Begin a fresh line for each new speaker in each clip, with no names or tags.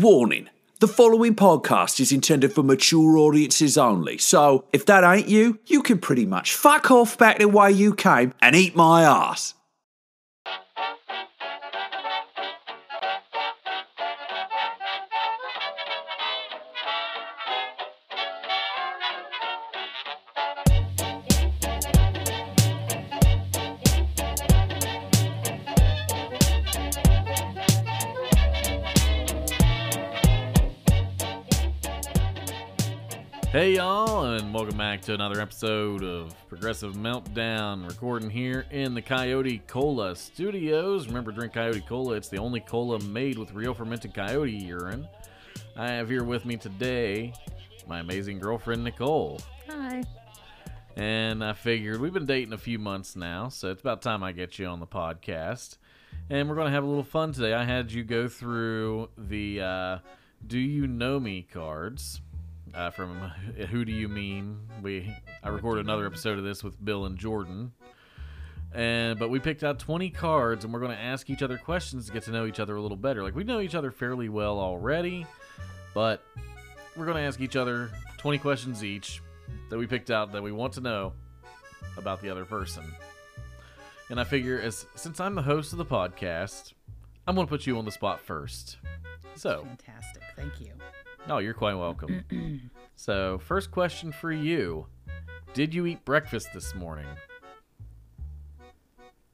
Warning the following podcast is intended for mature audiences only, so if that ain't you, you can pretty much fuck off back the way you came and eat my ass.
Hey y'all, and welcome back to another episode of Progressive Meltdown, recording here in the Coyote Cola Studios. Remember, drink Coyote Cola. It's the only cola made with real fermented coyote urine. I have here with me today my amazing girlfriend Nicole.
Hi.
And I figured we've been dating a few months now, so it's about time I get you on the podcast. And we're going to have a little fun today. I had you go through the uh, Do You Know Me cards uh, from Who Do You Mean? We I recorded another episode of this with Bill and Jordan. And but we picked out 20 cards and we're going to ask each other questions to get to know each other a little better. Like we know each other fairly well already, but we're going to ask each other 20 questions each that we picked out that we want to know about the other person. And I figure as since I'm the host of the podcast, I'm going to put you on the spot first. So,
Fantastic. Thank you.
Oh, you're quite welcome. so, first question for you Did you eat breakfast this morning?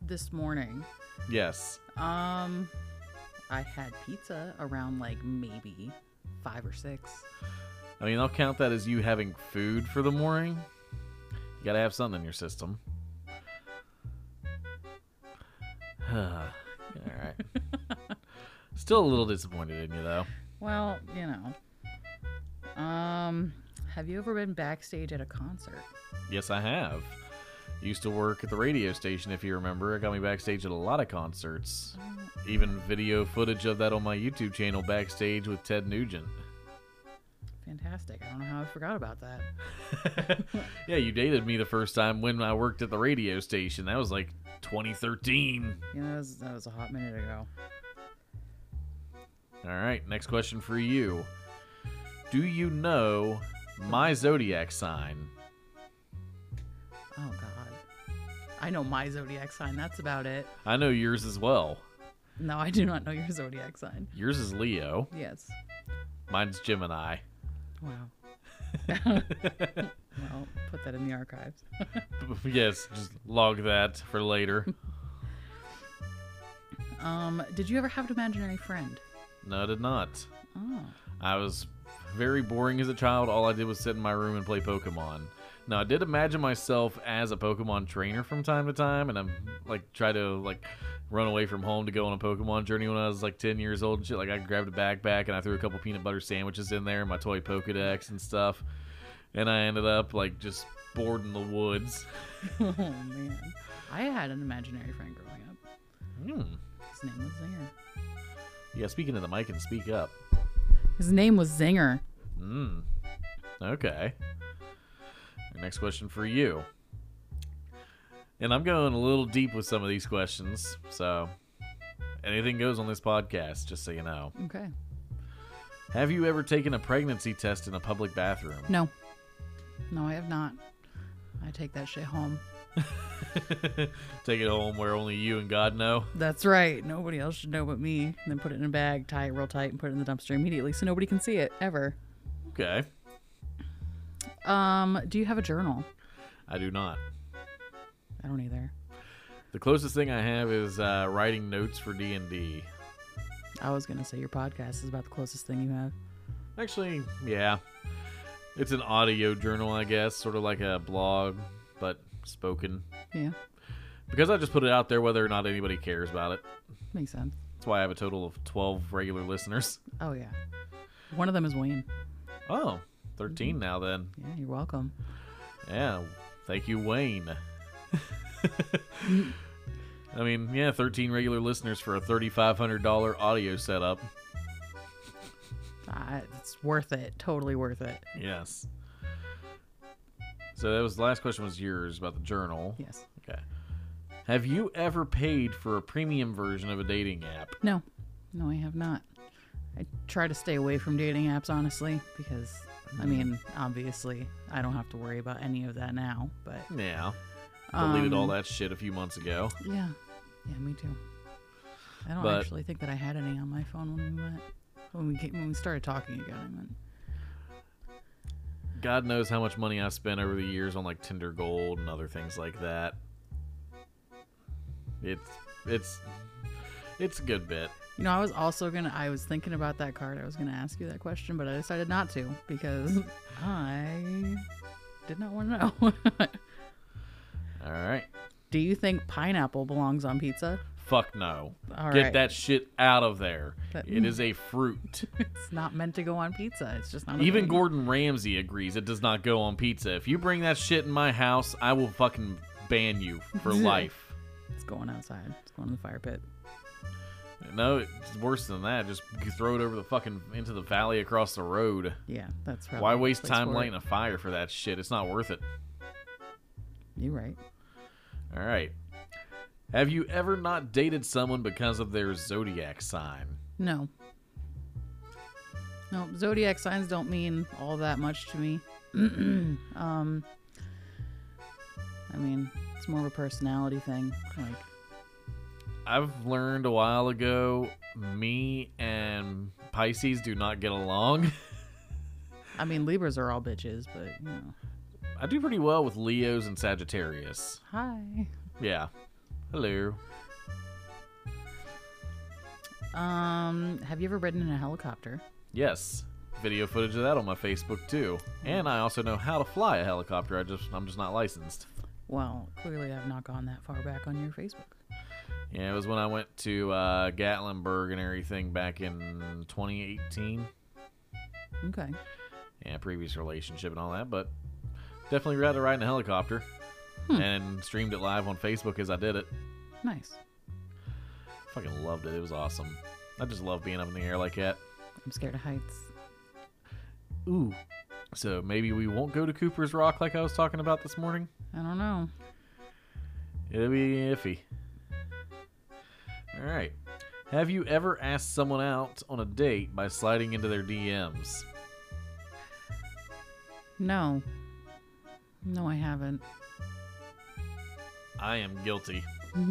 This morning,
Yes.
um, I had pizza around like maybe five or six.
I mean, I'll count that as you having food for the morning. You gotta have something in your system. All right. Still a little disappointed in you, though.
Well, you know. Um, have you ever been backstage at a concert?
Yes, I have. Used to work at the radio station, if you remember. It got me backstage at a lot of concerts. Even video footage of that on my YouTube channel, Backstage with Ted Nugent.
Fantastic. I don't know how I forgot about that.
yeah, you dated me the first time when I worked at the radio station. That was like 2013.
You know, that was, that was a hot minute ago.
All right, next question for you. Do you know my zodiac sign?
Oh, God. I know my zodiac sign. That's about it.
I know yours as well.
No, I do not know your zodiac sign.
Yours is Leo,
Yes.
mine's Gemini.
Wow. well, put that in the archives.
yes, just log that for later.
Um, did you ever have an imaginary friend?
No, I did not.
Oh.
I was very boring as a child. All I did was sit in my room and play Pokemon. Now I did imagine myself as a Pokemon trainer from time to time, and I'm like try to like run away from home to go on a Pokemon journey when I was like 10 years old and shit. Like I grabbed a backpack and I threw a couple peanut butter sandwiches in there, my toy Pokedex and stuff, and I ended up like just bored in the woods.
oh man. I had an imaginary friend growing up.
Hmm.
His name was Zinger.
Yeah, speaking of the mic and speak up.
His name was Zinger.
Mm. Okay. Our next question for you. And I'm going a little deep with some of these questions, so anything goes on this podcast, just so you know.
Okay.
Have you ever taken a pregnancy test in a public bathroom?
No. No, I have not. I take that shit home.
Take it home where only you and God know.
That's right. Nobody else should know but me. And then put it in a bag, tie it real tight, and put it in the dumpster immediately so nobody can see it ever.
Okay.
Um, do you have a journal?
I do not.
I don't either.
The closest thing I have is uh, writing notes for D&D.
I was gonna say your podcast is about the closest thing you have.
Actually, yeah. It's an audio journal, I guess, sort of like a blog, but spoken.
Yeah,
Because I just put it out there whether or not anybody cares about it.
makes sense.
That's why I have a total of 12 regular listeners.
Oh yeah. One of them is Wayne.
Oh, 13 now then.
Yeah, you're welcome.
Yeah. Thank you, Wayne. I mean, yeah, 13 regular listeners for a $3,500 audio setup.
Uh, it's worth it. Totally worth it.
Yes. So that was the last question was yours about the journal.
Yes.
Okay. Have you ever paid for a premium version of a dating app?
No, no, I have not. I try to stay away from dating apps, honestly, because I mean, obviously, I don't have to worry about any of that now. But
Yeah. Deleted all that shit a few months ago.
yeah, yeah, me too. I don't
But-
actually think that I had any on my phone when we met. When we came, when we started talking again, I meant.
God knows how much money I spent over the years on like Tinder Gold and other things like that. It's it's it's a good bit.
You know, I was also gonna. I was thinking about that card. I was gonna ask you that question, but I decided not to because I did not want to know.
All right.
Do you think pineapple belongs on pizza?
Fuck no.
All
Get
right.
that shit out of there.
That-
it is a fruit.
It's not meant to go on pizza. It's just not. a
Even
thing.
Gordon Ramsay agrees it does not go on pizza. If you bring that shit in my house, I will fucking ban you for life.
It's going outside. It's going in the fire pit.
No, it's worse than that. Just throw it over the fucking into the valley across the road.
Yeah, that's probably.
Why
the
waste
place
time
for it.
lighting a fire for that shit? It's not worth it.
You're right.
All right. Have you ever not dated someone because of their zodiac sign?
No. No, zodiac signs don't mean all that much to me. um, I mean, it's more of a personality thing. Like,
I've learned a while ago me and Pisces do not get along.
I mean, Libras are all bitches, but you know,
I do pretty well with Leos and Sagittarius.
hi.
Yeah. Hello.
Um, have you ever ridden in a helicopter?
Yes. Video footage of that on my Facebook too. And I also know how to fly a helicopter. I just I'm just not licensed.
Well, clearly I've not gone that far back on your Facebook.
Yeah, it was when I went to uh, Gatlinburg and everything back in 2018.
Okay.
yeah, previous relationship and all that, but definitely rather ride in a helicopter and streamed it live on Facebook as I did it.
Nice.
Fucking loved it. It was awesome. I just love being up in the air like that.
I'm scared of heights.
Ooh. So maybe we won't go to Cooper's Rock like I was talking about this morning.
I don't know.
It'll be iffy. All right. Have you ever asked someone out on a date by sliding into their DMs?
No. No, I haven't.
I am guilty.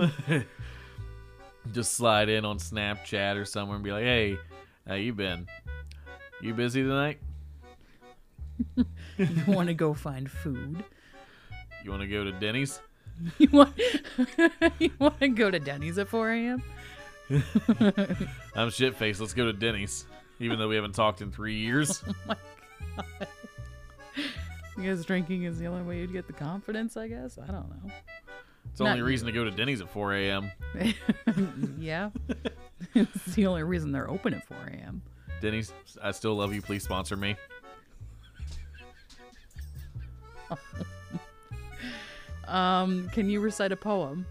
Just slide in on Snapchat or somewhere and be like, "Hey, how you been? You busy tonight?
You want to go find food?
You want to go to Denny's?
You want you want to go to Denny's at 4 a.m.?
I'm shit faced. Let's go to Denny's, even though we haven't talked in three years.
Oh Because drinking is the only way you'd get the confidence, I guess. I don't
It's the only
Not-
reason to go to Denny's at 4 a.m.
know. yeah, it's the only reason they're open at 4 a.m.
Denny's, I still love you. Please sponsor me.
Um, can you recite a poem?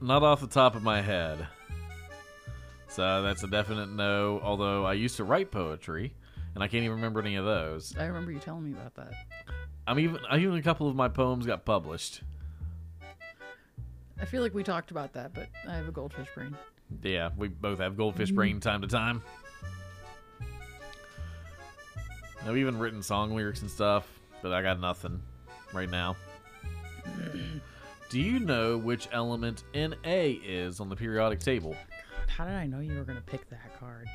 Not off the top of my head. So that's a definite no. Although I used to write poetry, and I can't even remember any of those.
I remember you telling me about that.
I'm even, I even a couple of my poems got published.
I feel like we talked about that, but I have a goldfish brain.
Yeah, we both have goldfish brain time to time. I've even written song lyrics and stuff, but I got nothing right now. Do you know which element Na is on the periodic table?
How did I know you were gonna pick that card?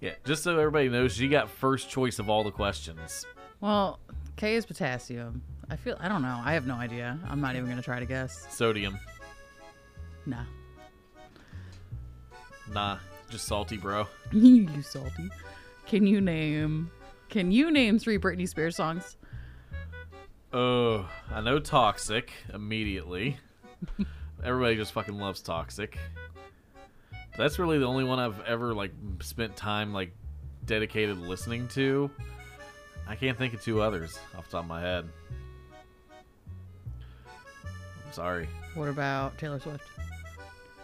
Yeah, just so everybody knows, she got first choice of all the questions.
Well, K is potassium. I feel I don't know. I have no idea. I'm not even gonna try to guess.
Sodium.
Nah.
Nah, just salty, bro.
you salty. Can you name can you name three Britney Spears songs?
Oh, I know Toxic immediately. Everybody just fucking loves Toxic. That's really the only one I've ever like spent time like dedicated listening to. I can't think of two others off the top of my head. I'm sorry.
What about Taylor Swift?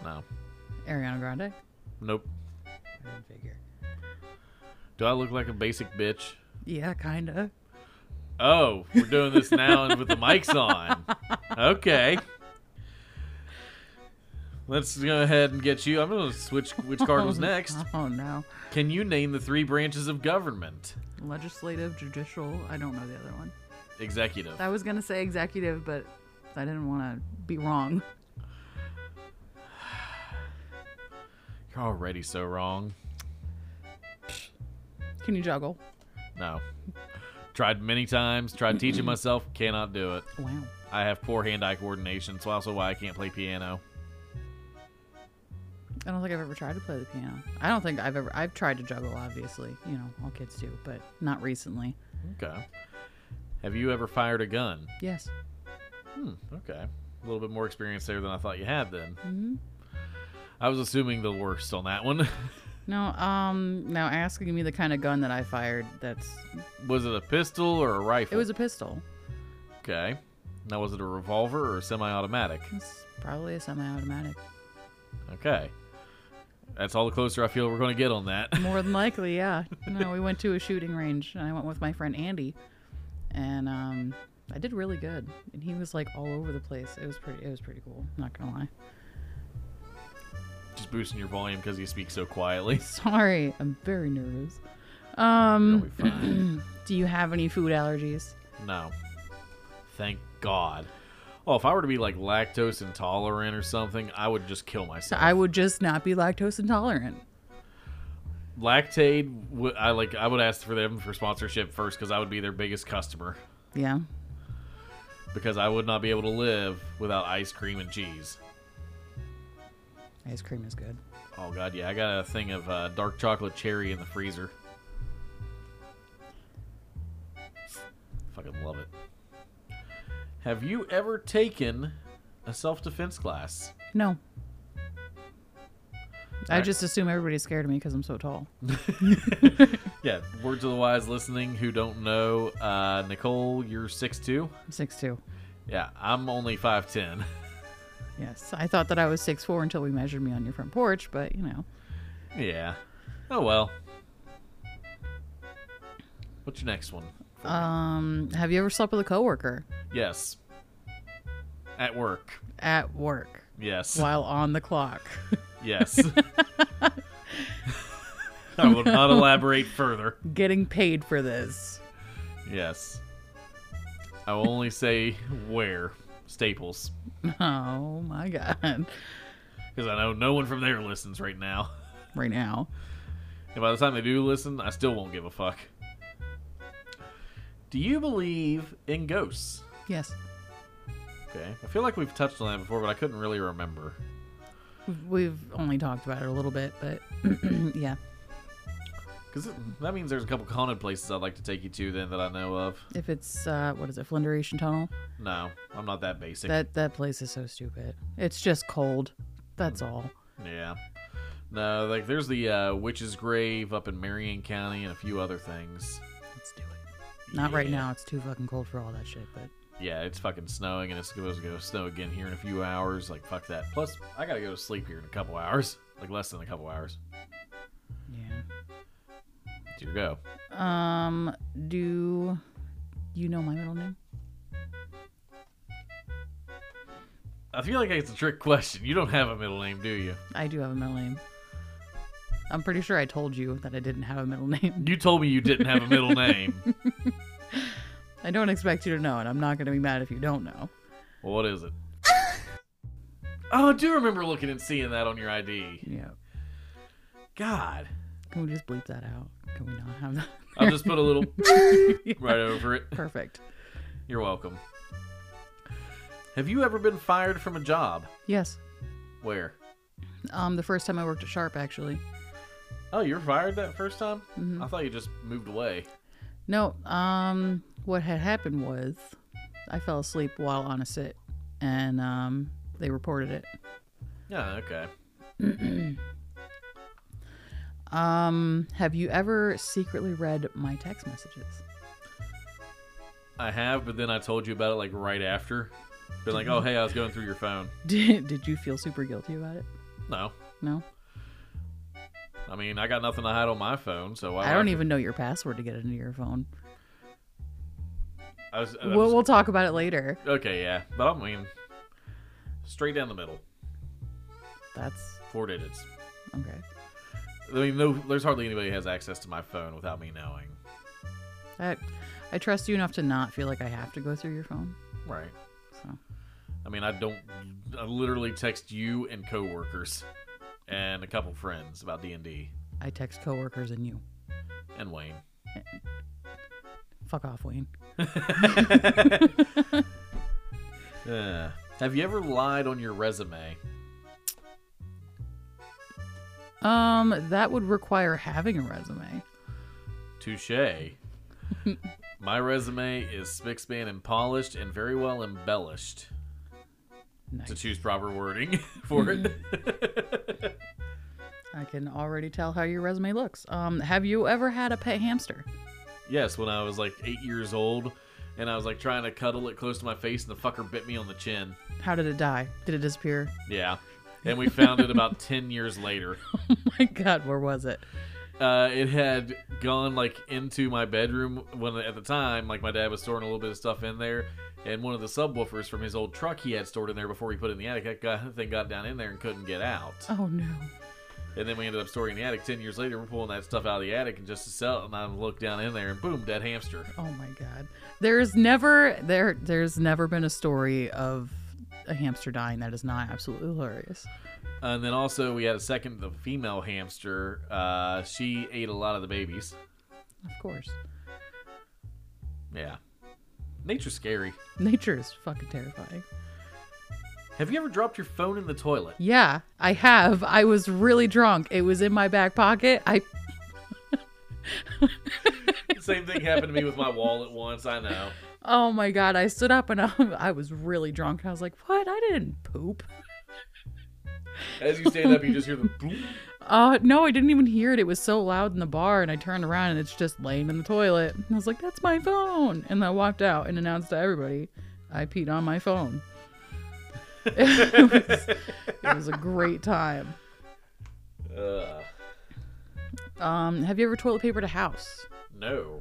No.
Ariana Grande?
Nope.
I didn't figure.
Do I look like a basic bitch?
Yeah, kinda.
Oh, we're doing this now and with the mics on. Okay. Let's go ahead and get you. I'm going to switch which card was next.
Oh no.
Can you name the three branches of government?
Legislative, judicial. I don't know the other one.
Executive.
I was gonna say executive, but I didn't want to be wrong.
You're already so wrong.
Can you juggle?
No. Tried many times, tried teaching myself, cannot do it.
Wow.
I have poor hand eye coordination, so also why I can't play piano.
I don't think I've ever tried to play the piano. I don't think I've ever. I've tried to juggle, obviously. You know, all kids do, but not recently.
Okay. Have you ever fired a gun?
Yes.
Hmm, okay. A little bit more experience there than I thought you had then. Mm-hmm. I was assuming the worst on that one.
No. Um. Now asking me the kind of gun that I fired. That's.
was it a pistol or a rifle?
It was a pistol.
Okay. Now, was it a revolver or a semi automatic?
It's probably a semi-automatic. Mm-hmm.
Okay. That's all the closer I feel we're going to get on that.
More than likely, yeah. No, we went to a shooting range, and I went with my friend Andy, and um, I did really good. And he was like all over the place. It was pretty. It was pretty cool. Not gonna lie.
Just boosting your volume because you speak so quietly.
Sorry, I'm very nervous. Um.
You'll be fine.
Do you have any food allergies?
No. Thank God. Oh, if I were to be like lactose intolerant or something, I would just kill
So
myself.
I would just not be lactose intolerant.
Lactaid, w- I like. I would ask for them for sponsorship first because I would be their biggest customer
Yeah.
because I would not be able to live without ice cream and cheese.
Ice cream is good.
Oh God, yeah, I got a thing of uh, dark chocolate cherry in the freezer. Fucking love it. Have you ever taken a self-defense class?
No. I
Alright.
just assume everybody's scared of me because I'm so tall.
Yeah, words of the wise listening who don't know, uh, Nicole, you're 6'2".
I'm 6'2.
Yeah, I'm only 5'10".
Yes. I thought that I was 6'4 until we measured me on your front porch, but you know.
yeah. Oh well. What's your next one? for me?
Um, have you ever slept with a coworker
yes. At work.
at work
Yes.
while on the clock?
Yes. I will not elaborate further.
Getting paid for this.
Yes. I will only say where. Staples.
Oh my God.
Because I know no one from there listens right now.
Right now.
And by the time they do listen, I still won't give a fuck. Do you believe in ghosts?
Yes.
Okay. I feel like we've touched on that before, but I couldn't really remember.
We've- We've only talked about it a little bit, but yeah.
Because that means there's a couple haunted places I'd like to take you to then that I know of.
If it's, uh, what is it, Flindration Tunnel?
No, I'm not that basic.
That that place is so stupid. It's just cold. That's all.
Yeah. No, like there's the uh, witch's grave up in Marion County and a few other things.
Let's do it. Not right
Yeah.
now. It's too fucking cold for all that shit. But
Yeah, it's fucking snowing and it's supposed to go snow again here in a few hours. Like fuck that. Plus, I gotta go to sleep here in a couple hours. Like less than a couple hours.
yeah.
It's your go.
Um. Do you know my middle name?
I feel like it's a trick question. You don't have a middle name, do you?
I do have a middle name. I'm pretty sure I told you that I didn't have a middle name.
You told me you didn't have a middle name.
I don't expect you to know, and I'm not gonna be mad if you don't know.
Well, what is it? Oh, I do remember looking and seeing that on your ID.
Yeah.
God.
Can we just bleep that out? Can we not have that?
I'll just put a little right over it.
Perfect.
You're welcome. Have you ever been fired from a job?
Yes.
Where?
Um. The first time I worked at Sharp, actually.
Oh, you were fired that first time?
Mm-hmm.
I thought you just moved away.
No, um, what had happened was I fell asleep while on a sit and um, they reported it.
Yeah, okay.
Um, have you ever secretly read my text messages?
I have, but then I told you about it like right after. Been like, oh, hey, I was going through your phone.
Did, did you feel super guilty about it?
No.
No.
I mean, I got nothing to hide on my phone, so why
I don't
would
even know your password to get into your phone.
I was, I was-
We'll, we'll talk about it later.
okay, yeah. But I mean, straight down the middle.
That's
Four digits.
okay.
I mean, no, there's hardly anybody who has access to my phone without me knowing.
I, I trust you enough to not feel like I have to go through your phone.
Right.
So
I mean, I don't. I literally text you and coworkers, and a couple friends about D and D,
I text coworkers and you.
and Wayne.
Fuck off, Wayne.
Uh, have you ever lied on your resume?
Um, that would require having a resume.
Touche. my resume is spick span and polished and very well embellished. To
Nice.
choose proper wording for it.
I can already tell how your resume looks. Um, have you ever had a pet hamster?
yes, when I was like eight years old, and I was like trying to cuddle it close to my face, and the fucker bit me on the chin.
How did it die? Did it disappear?
Yeah. And we found it about 10 years later.
Oh My God, where was it?
uh, it had gone like into my bedroom when at the time like my dad was storing a little bit of stuff in there and one of the subwoofers from his old truck he had stored in there before he put it in the attic that guy, thing got down in there and couldn't get out
Oh no.
and then we ended up storing it in the attic 10 years later we're pulling that stuff out of the attic and just to sell it and i look down in there and boom dead hamster
Oh my God. There's never there. There's never been a story of a hamster dying that is not absolutely hilarious.
and then also we had a second the female hamster uh, she ate a lot of the babies
Of course,
yeah nature's scary
nature is fucking terrifying.
have you ever dropped your phone in the toilet
Yeah, I have. I was really drunk. It was in my back pocket. I
same thing happened to me with my wallet once i know
oh my god, I stood up and I, I was really drunk. I was like, "What? I didn't poop."
As you stand up, you just hear the boom.
Uh no, I didn't even hear it. It was so loud in the bar and I turned around and it's just laying in the toilet. And I was like, "That's my phone." And I walked out and announced to everybody, "I peed on my phone." it, was, it was a great time.
Uh,
Um, have you ever toilet papered a house?
no.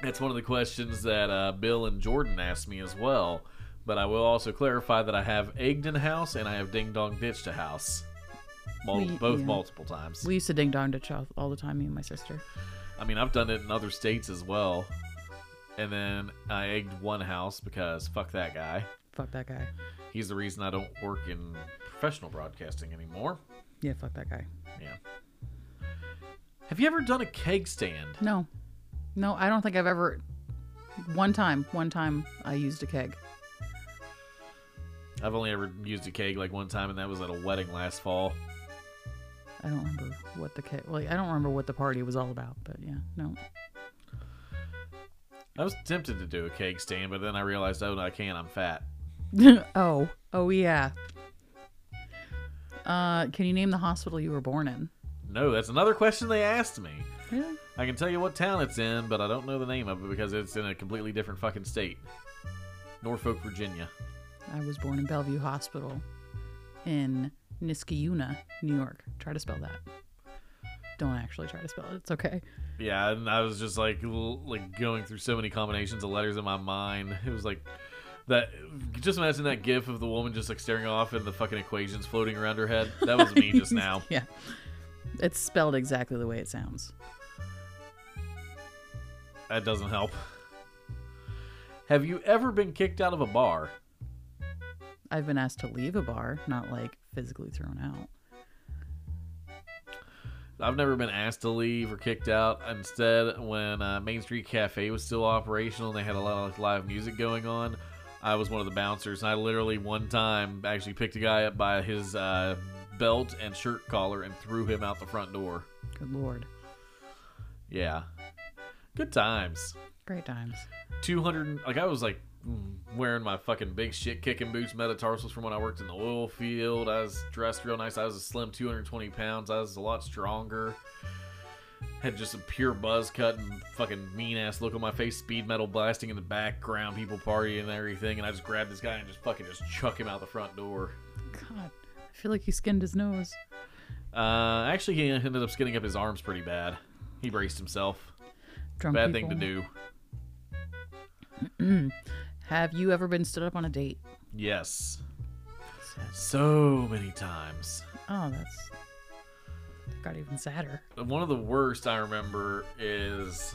That's one of the questions that uh, Bill and Jordan asked me as well. But I will also clarify that I have egged in a house and I have ding dong ditched a house. Mul-
We-
both
yeah.
multiple times.
We used to ding dong ditch all- all the time, me and my sister.
I mean, I've done it in other states as well. And then I egged one house because fuck that guy.
Fuck that guy.
He's the reason I don't work in professional broadcasting anymore.
Yeah, fuck that guy.
Yeah. Have you ever done a keg stand?
No. No, I don't think I've ever. One time, one time I used a keg.
I've only ever used a keg like one time, and that was at a wedding last fall.
I don't remember what the keg. Like, I don't remember what the party was all about, but yeah, no.
I was tempted to do a keg stand, but then I realized, oh, no, I can't. I'm fat.
oh, oh yeah. Uh, can you name the hospital you were born in?
No, that's another question they asked me.
Really?
I can tell you what town it's in, but I don't know the name of it because it's in a completely different fucking state. Norfolk, Virginia.
I was born in Bellevue Hospital in Niskayuna, New York. Try to spell that. Don't actually try to spell it. It's okay.
Yeah, and I was just like, l- like going through so many combinations of letters in my mind. It was like that. Just imagine that gif of the woman just like staring off and the fucking equations floating around her head. That was me just now.
Yeah. It's spelled exactly the way it sounds.
That doesn't help. Have you ever been kicked out of a bar?
I've been asked to leave a bar, not like physically thrown out.
I've never been asked to leave or kicked out. Instead, when uh, Main Street Cafe was still operational and they had a lot of like, live music going on, I was one of the bouncers. And I literally one time actually picked a guy up by his uh, belt and shirt collar and threw him out the front door.
Good lord.
Yeah, good times.
Great times.
Two hundred. Like I was like mm, wearing my fucking big shit kicking boots, metatarsals from when I worked in the oil field. I was dressed real nice. I was a slim two hundred twenty pounds. I was a lot stronger. Had just a pure buzz cut and fucking mean ass look on my face. Speed metal blasting in the background, people partying and everything. And I just grabbed this guy and just fucking just chuck him out the front door.
God, I feel like he skinned his nose.
Uh, actually, he ended up skinning up his arms pretty bad. He braced himself.
Drunk
Bad
people.
thing to do.
Have you ever been stood up on a date?
Yes.
times.
So many times.
Oh, that's that got even sadder.
One of the worst I remember is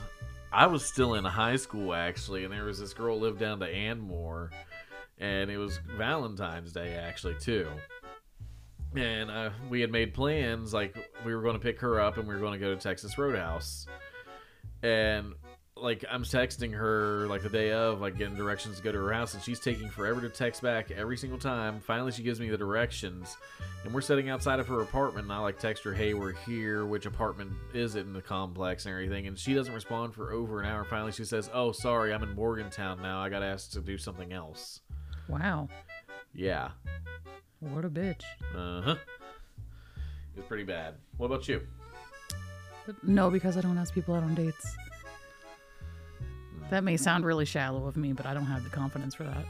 I was still in high school actually, and there was this girl who lived down to Anmore, and it was Valentine's Day actually too. And uh, we had made plans like we were going to pick her up and we were going to go to Texas Roadhouse, and like I'm texting her like the day of like getting directions to go to her house, and she's taking forever to text back every single time. Finally, she gives me the directions, and we're sitting outside of her apartment and i like text her hey we're here which apartment is it in the complex and everything and she doesn't respond for over an hour finally she says oh sorry i'm in morgantown now i got asked to do something else
Wow,
yeah
what a bitch.
uh-huh it's pretty bad what about you
But no, because I don't ask people out on dates. That may sound really shallow of me, but I don't have the confidence for that.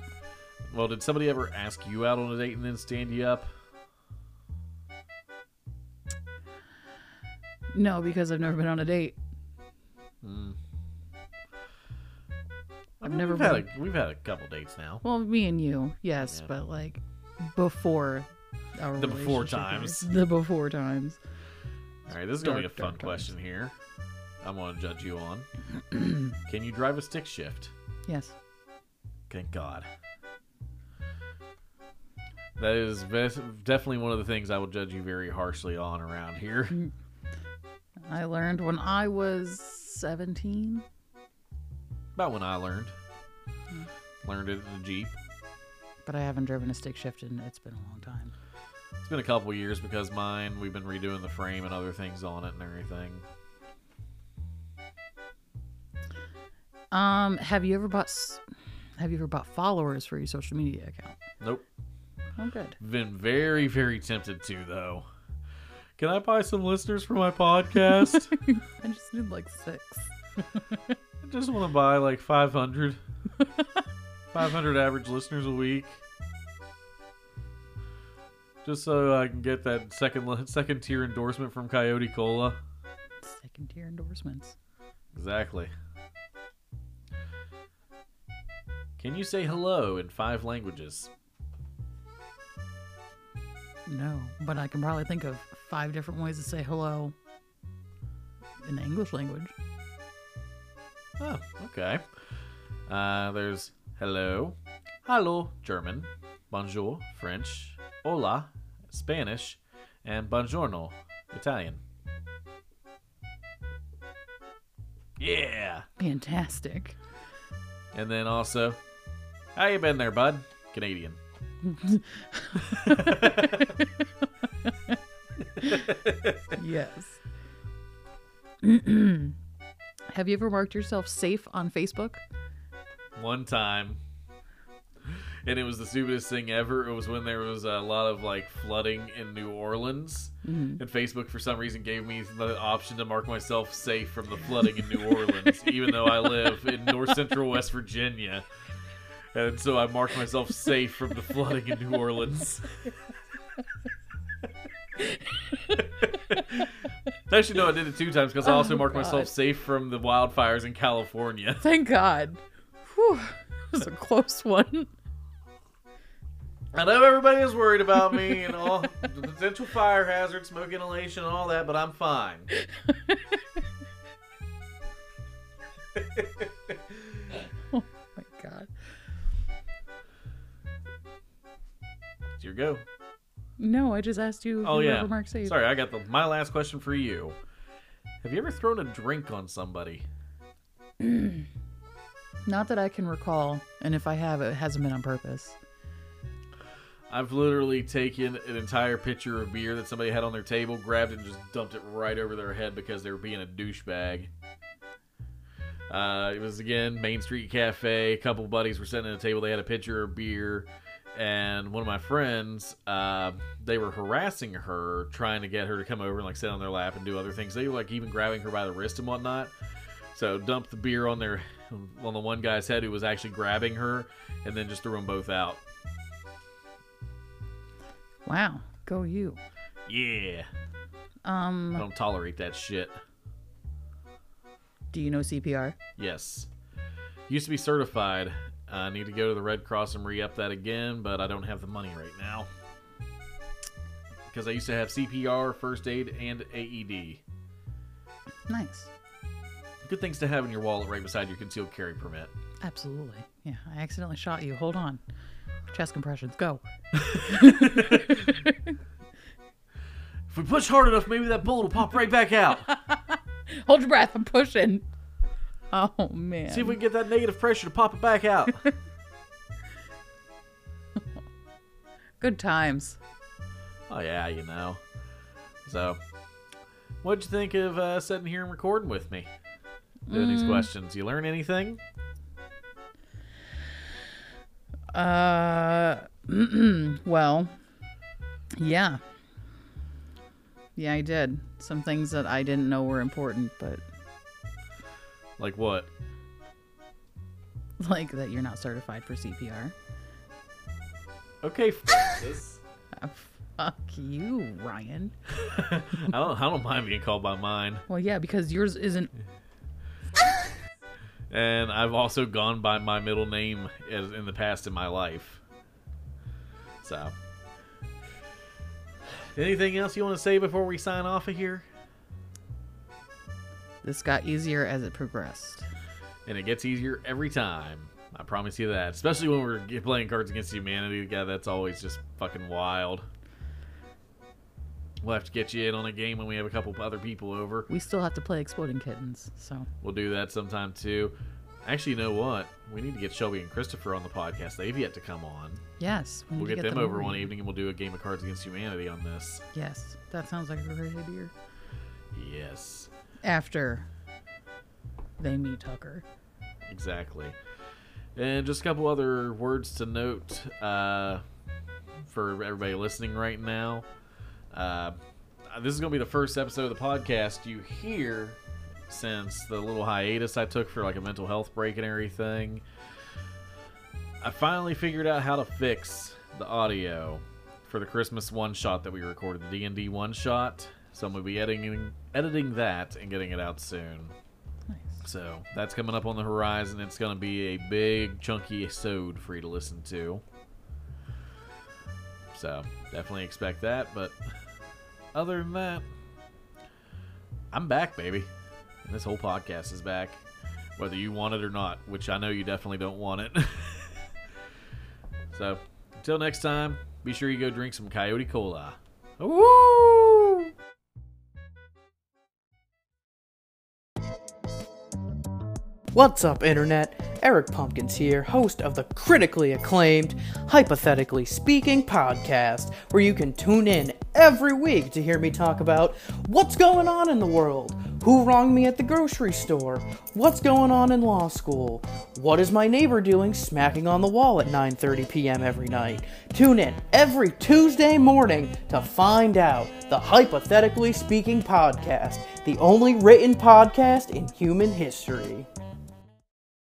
well did somebody ever ask you out on a date and then stand you up
No, because I've never been on a date.
i've
never
we've had, a, we've had a couple dates now
Well, me and you, yes, but like before our
The before
relationship
times.
years. The before times.
all right this is gonna be a
Dark,
fun
dark times.
question here i'm gonna judge you on can you drive a stick shift
Yes.
Thank God. That is best, definitely one of the things I will judge you very harshly on around here.
I learned when I was 17.
About when I learned. Learned it in the Jeep.
but I haven't driven a stick shift and it's been a long time.
It's been a couple years because mine, we've been redoing the frame and other things on it and everything.
Um, have you ever bought s- have you ever bought followers for your social media account?
Nope.
Oh, good.
Been very, very tempted to, though. Can I buy some listeners for my podcast?
I just need like six.
I just want to buy like 500. 500 average listeners a week. Just so I can get that second li- second tier endorsement from Coyote Cola.
Second tier endorsements.
Exactly. Can you say hello in five languages?
No, but I can probably think of five different ways to say hello in the English language.
Oh, okay. Uh, there's hello, hello, German, bonjour, French, hola, Spanish, and buongiorno, Italian. Yeah.
Fantastic.
And then also, how you been there, bud? Canadian.
Yes. have you ever marked yourself safe on Facebook?
one time and it was the stupidest thing ever it was when there was a lot of like flooding in new orleans
Mm-hmm.
and facebook for some reason gave me the option to mark myself safe from the flooding in new orleans even though i live in north central west virginia and so i marked myself safe from the flooding in new orleans Actually, no, I did it two times because I also
Oh,
marked myself
God.
safe from the wildfires in California.
Thank God. Whew. It was a close one.
I know everybody is worried about me and all the potential fire hazard, smoke inhalation, and all that, but I'm fine.
my God.
It's your go.
No, I just asked you. If
Oh
you
yeah.
Ever marked safe.
Sorry, I got the my last question for you. Have you ever thrown a drink on somebody?
Not that I can recall, and if I have, it hasn't been on purpose.
I've literally taken an entire pitcher of beer that somebody had on their table, grabbed it, and just dumped it right over their head because they were being a douchebag. Uh, it was again Main Street Cafe. A couple buddies were sitting at a table. They had a pitcher of beer, and one of my friends, uh, they were harassing her, trying to get her to come over and like sit on their lap and do other things. They were like even grabbing her by the wrist and whatnot. So dumped the beer on their on the one guy's head who was actually grabbing her, and then just threw them both out.
Wow. Go you.
Yeah. I
Um.
don't tolerate that shit.
Do you know CPR?
Yes. Used to be certified. I need to go to the Red Cross and re up that again, but I don't have the money right now. because I used to have CPR, first aid, and E AED.
Nice.
Good things to have in your wallet right beside your concealed carry permit.
Absolutely. Yeah, I accidentally shot you. Hold on. Chest compressions, go.
If we push hard enough, maybe that bullet will pop right back out.
Hold your breath, I'm pushing. Oh, man.
See if we can get that negative pressure to pop it back out.
Good times.
oh yeah, you know. So, what'd you think of uh, sitting here and recording with me? Doing these questions, you learn anything?
Uh, well, yeah. Yeah, I did. Some things that I didn't know were important, but
Like what?
like that you're not certified for CPR.
Okay, Francis.
Ah, Fuck you, Ryan.
I don't. I don't mind being called by mine.
Well, yeah, because yours isn't.
And I've also gone by my middle name as in the past in my life. So, anything else you want to say before we sign off of here?
This got easier as it progressed.
and it gets easier every time. I promise you that. Especially when we're g- playing Cards Against Humanity. Yeah, that's always just fucking wild. We'll have to get you in on a game when we have a couple other people over.
We still have to play Exploding Kittens, so
We'll do that sometime too. Actually, you know what? We need to get Shelby and Christopher on the podcast. They've yet to come on.
yes, we need
We'll
to
get, them, over
on.
one evening and we'll do a game of Cards Against Humanity on this.
Yes, that sounds like a great idea.
Yes,
After they meet Tucker,
exactly. And just a couple other words to note uh, for everybody listening right now. Uh, this is going to be the first episode of the podcast you hear since the little hiatus I took for like a mental health break and everything. I finally figured out how to fix the audio for the Christmas one shot that we recorded, the D&D one shot. So I'm going to be editing editing that and getting it out soon.
nice.
So that's coming up on the horizon. It's going to be a big, chunky episode for you to listen to. So definitely expect that. But other than that, I'm back, baby. And this whole podcast is back, whether you want it or not, which I know you definitely don't want it. so until next time, be sure you go drink some Coyote Cola. Woo!
What's up, Internet? Eric Pumpkins here, host of the critically acclaimed Hypothetically Speaking podcast, where you can tune in every week to hear me talk about what's going on in the world, who wronged me at the grocery store, what's going on in law school, what is my neighbor doing smacking on the wall at 9:30 p.m. every night. Tune in every Tuesday morning to find out the Hypothetically Speaking podcast, the only written podcast in human history.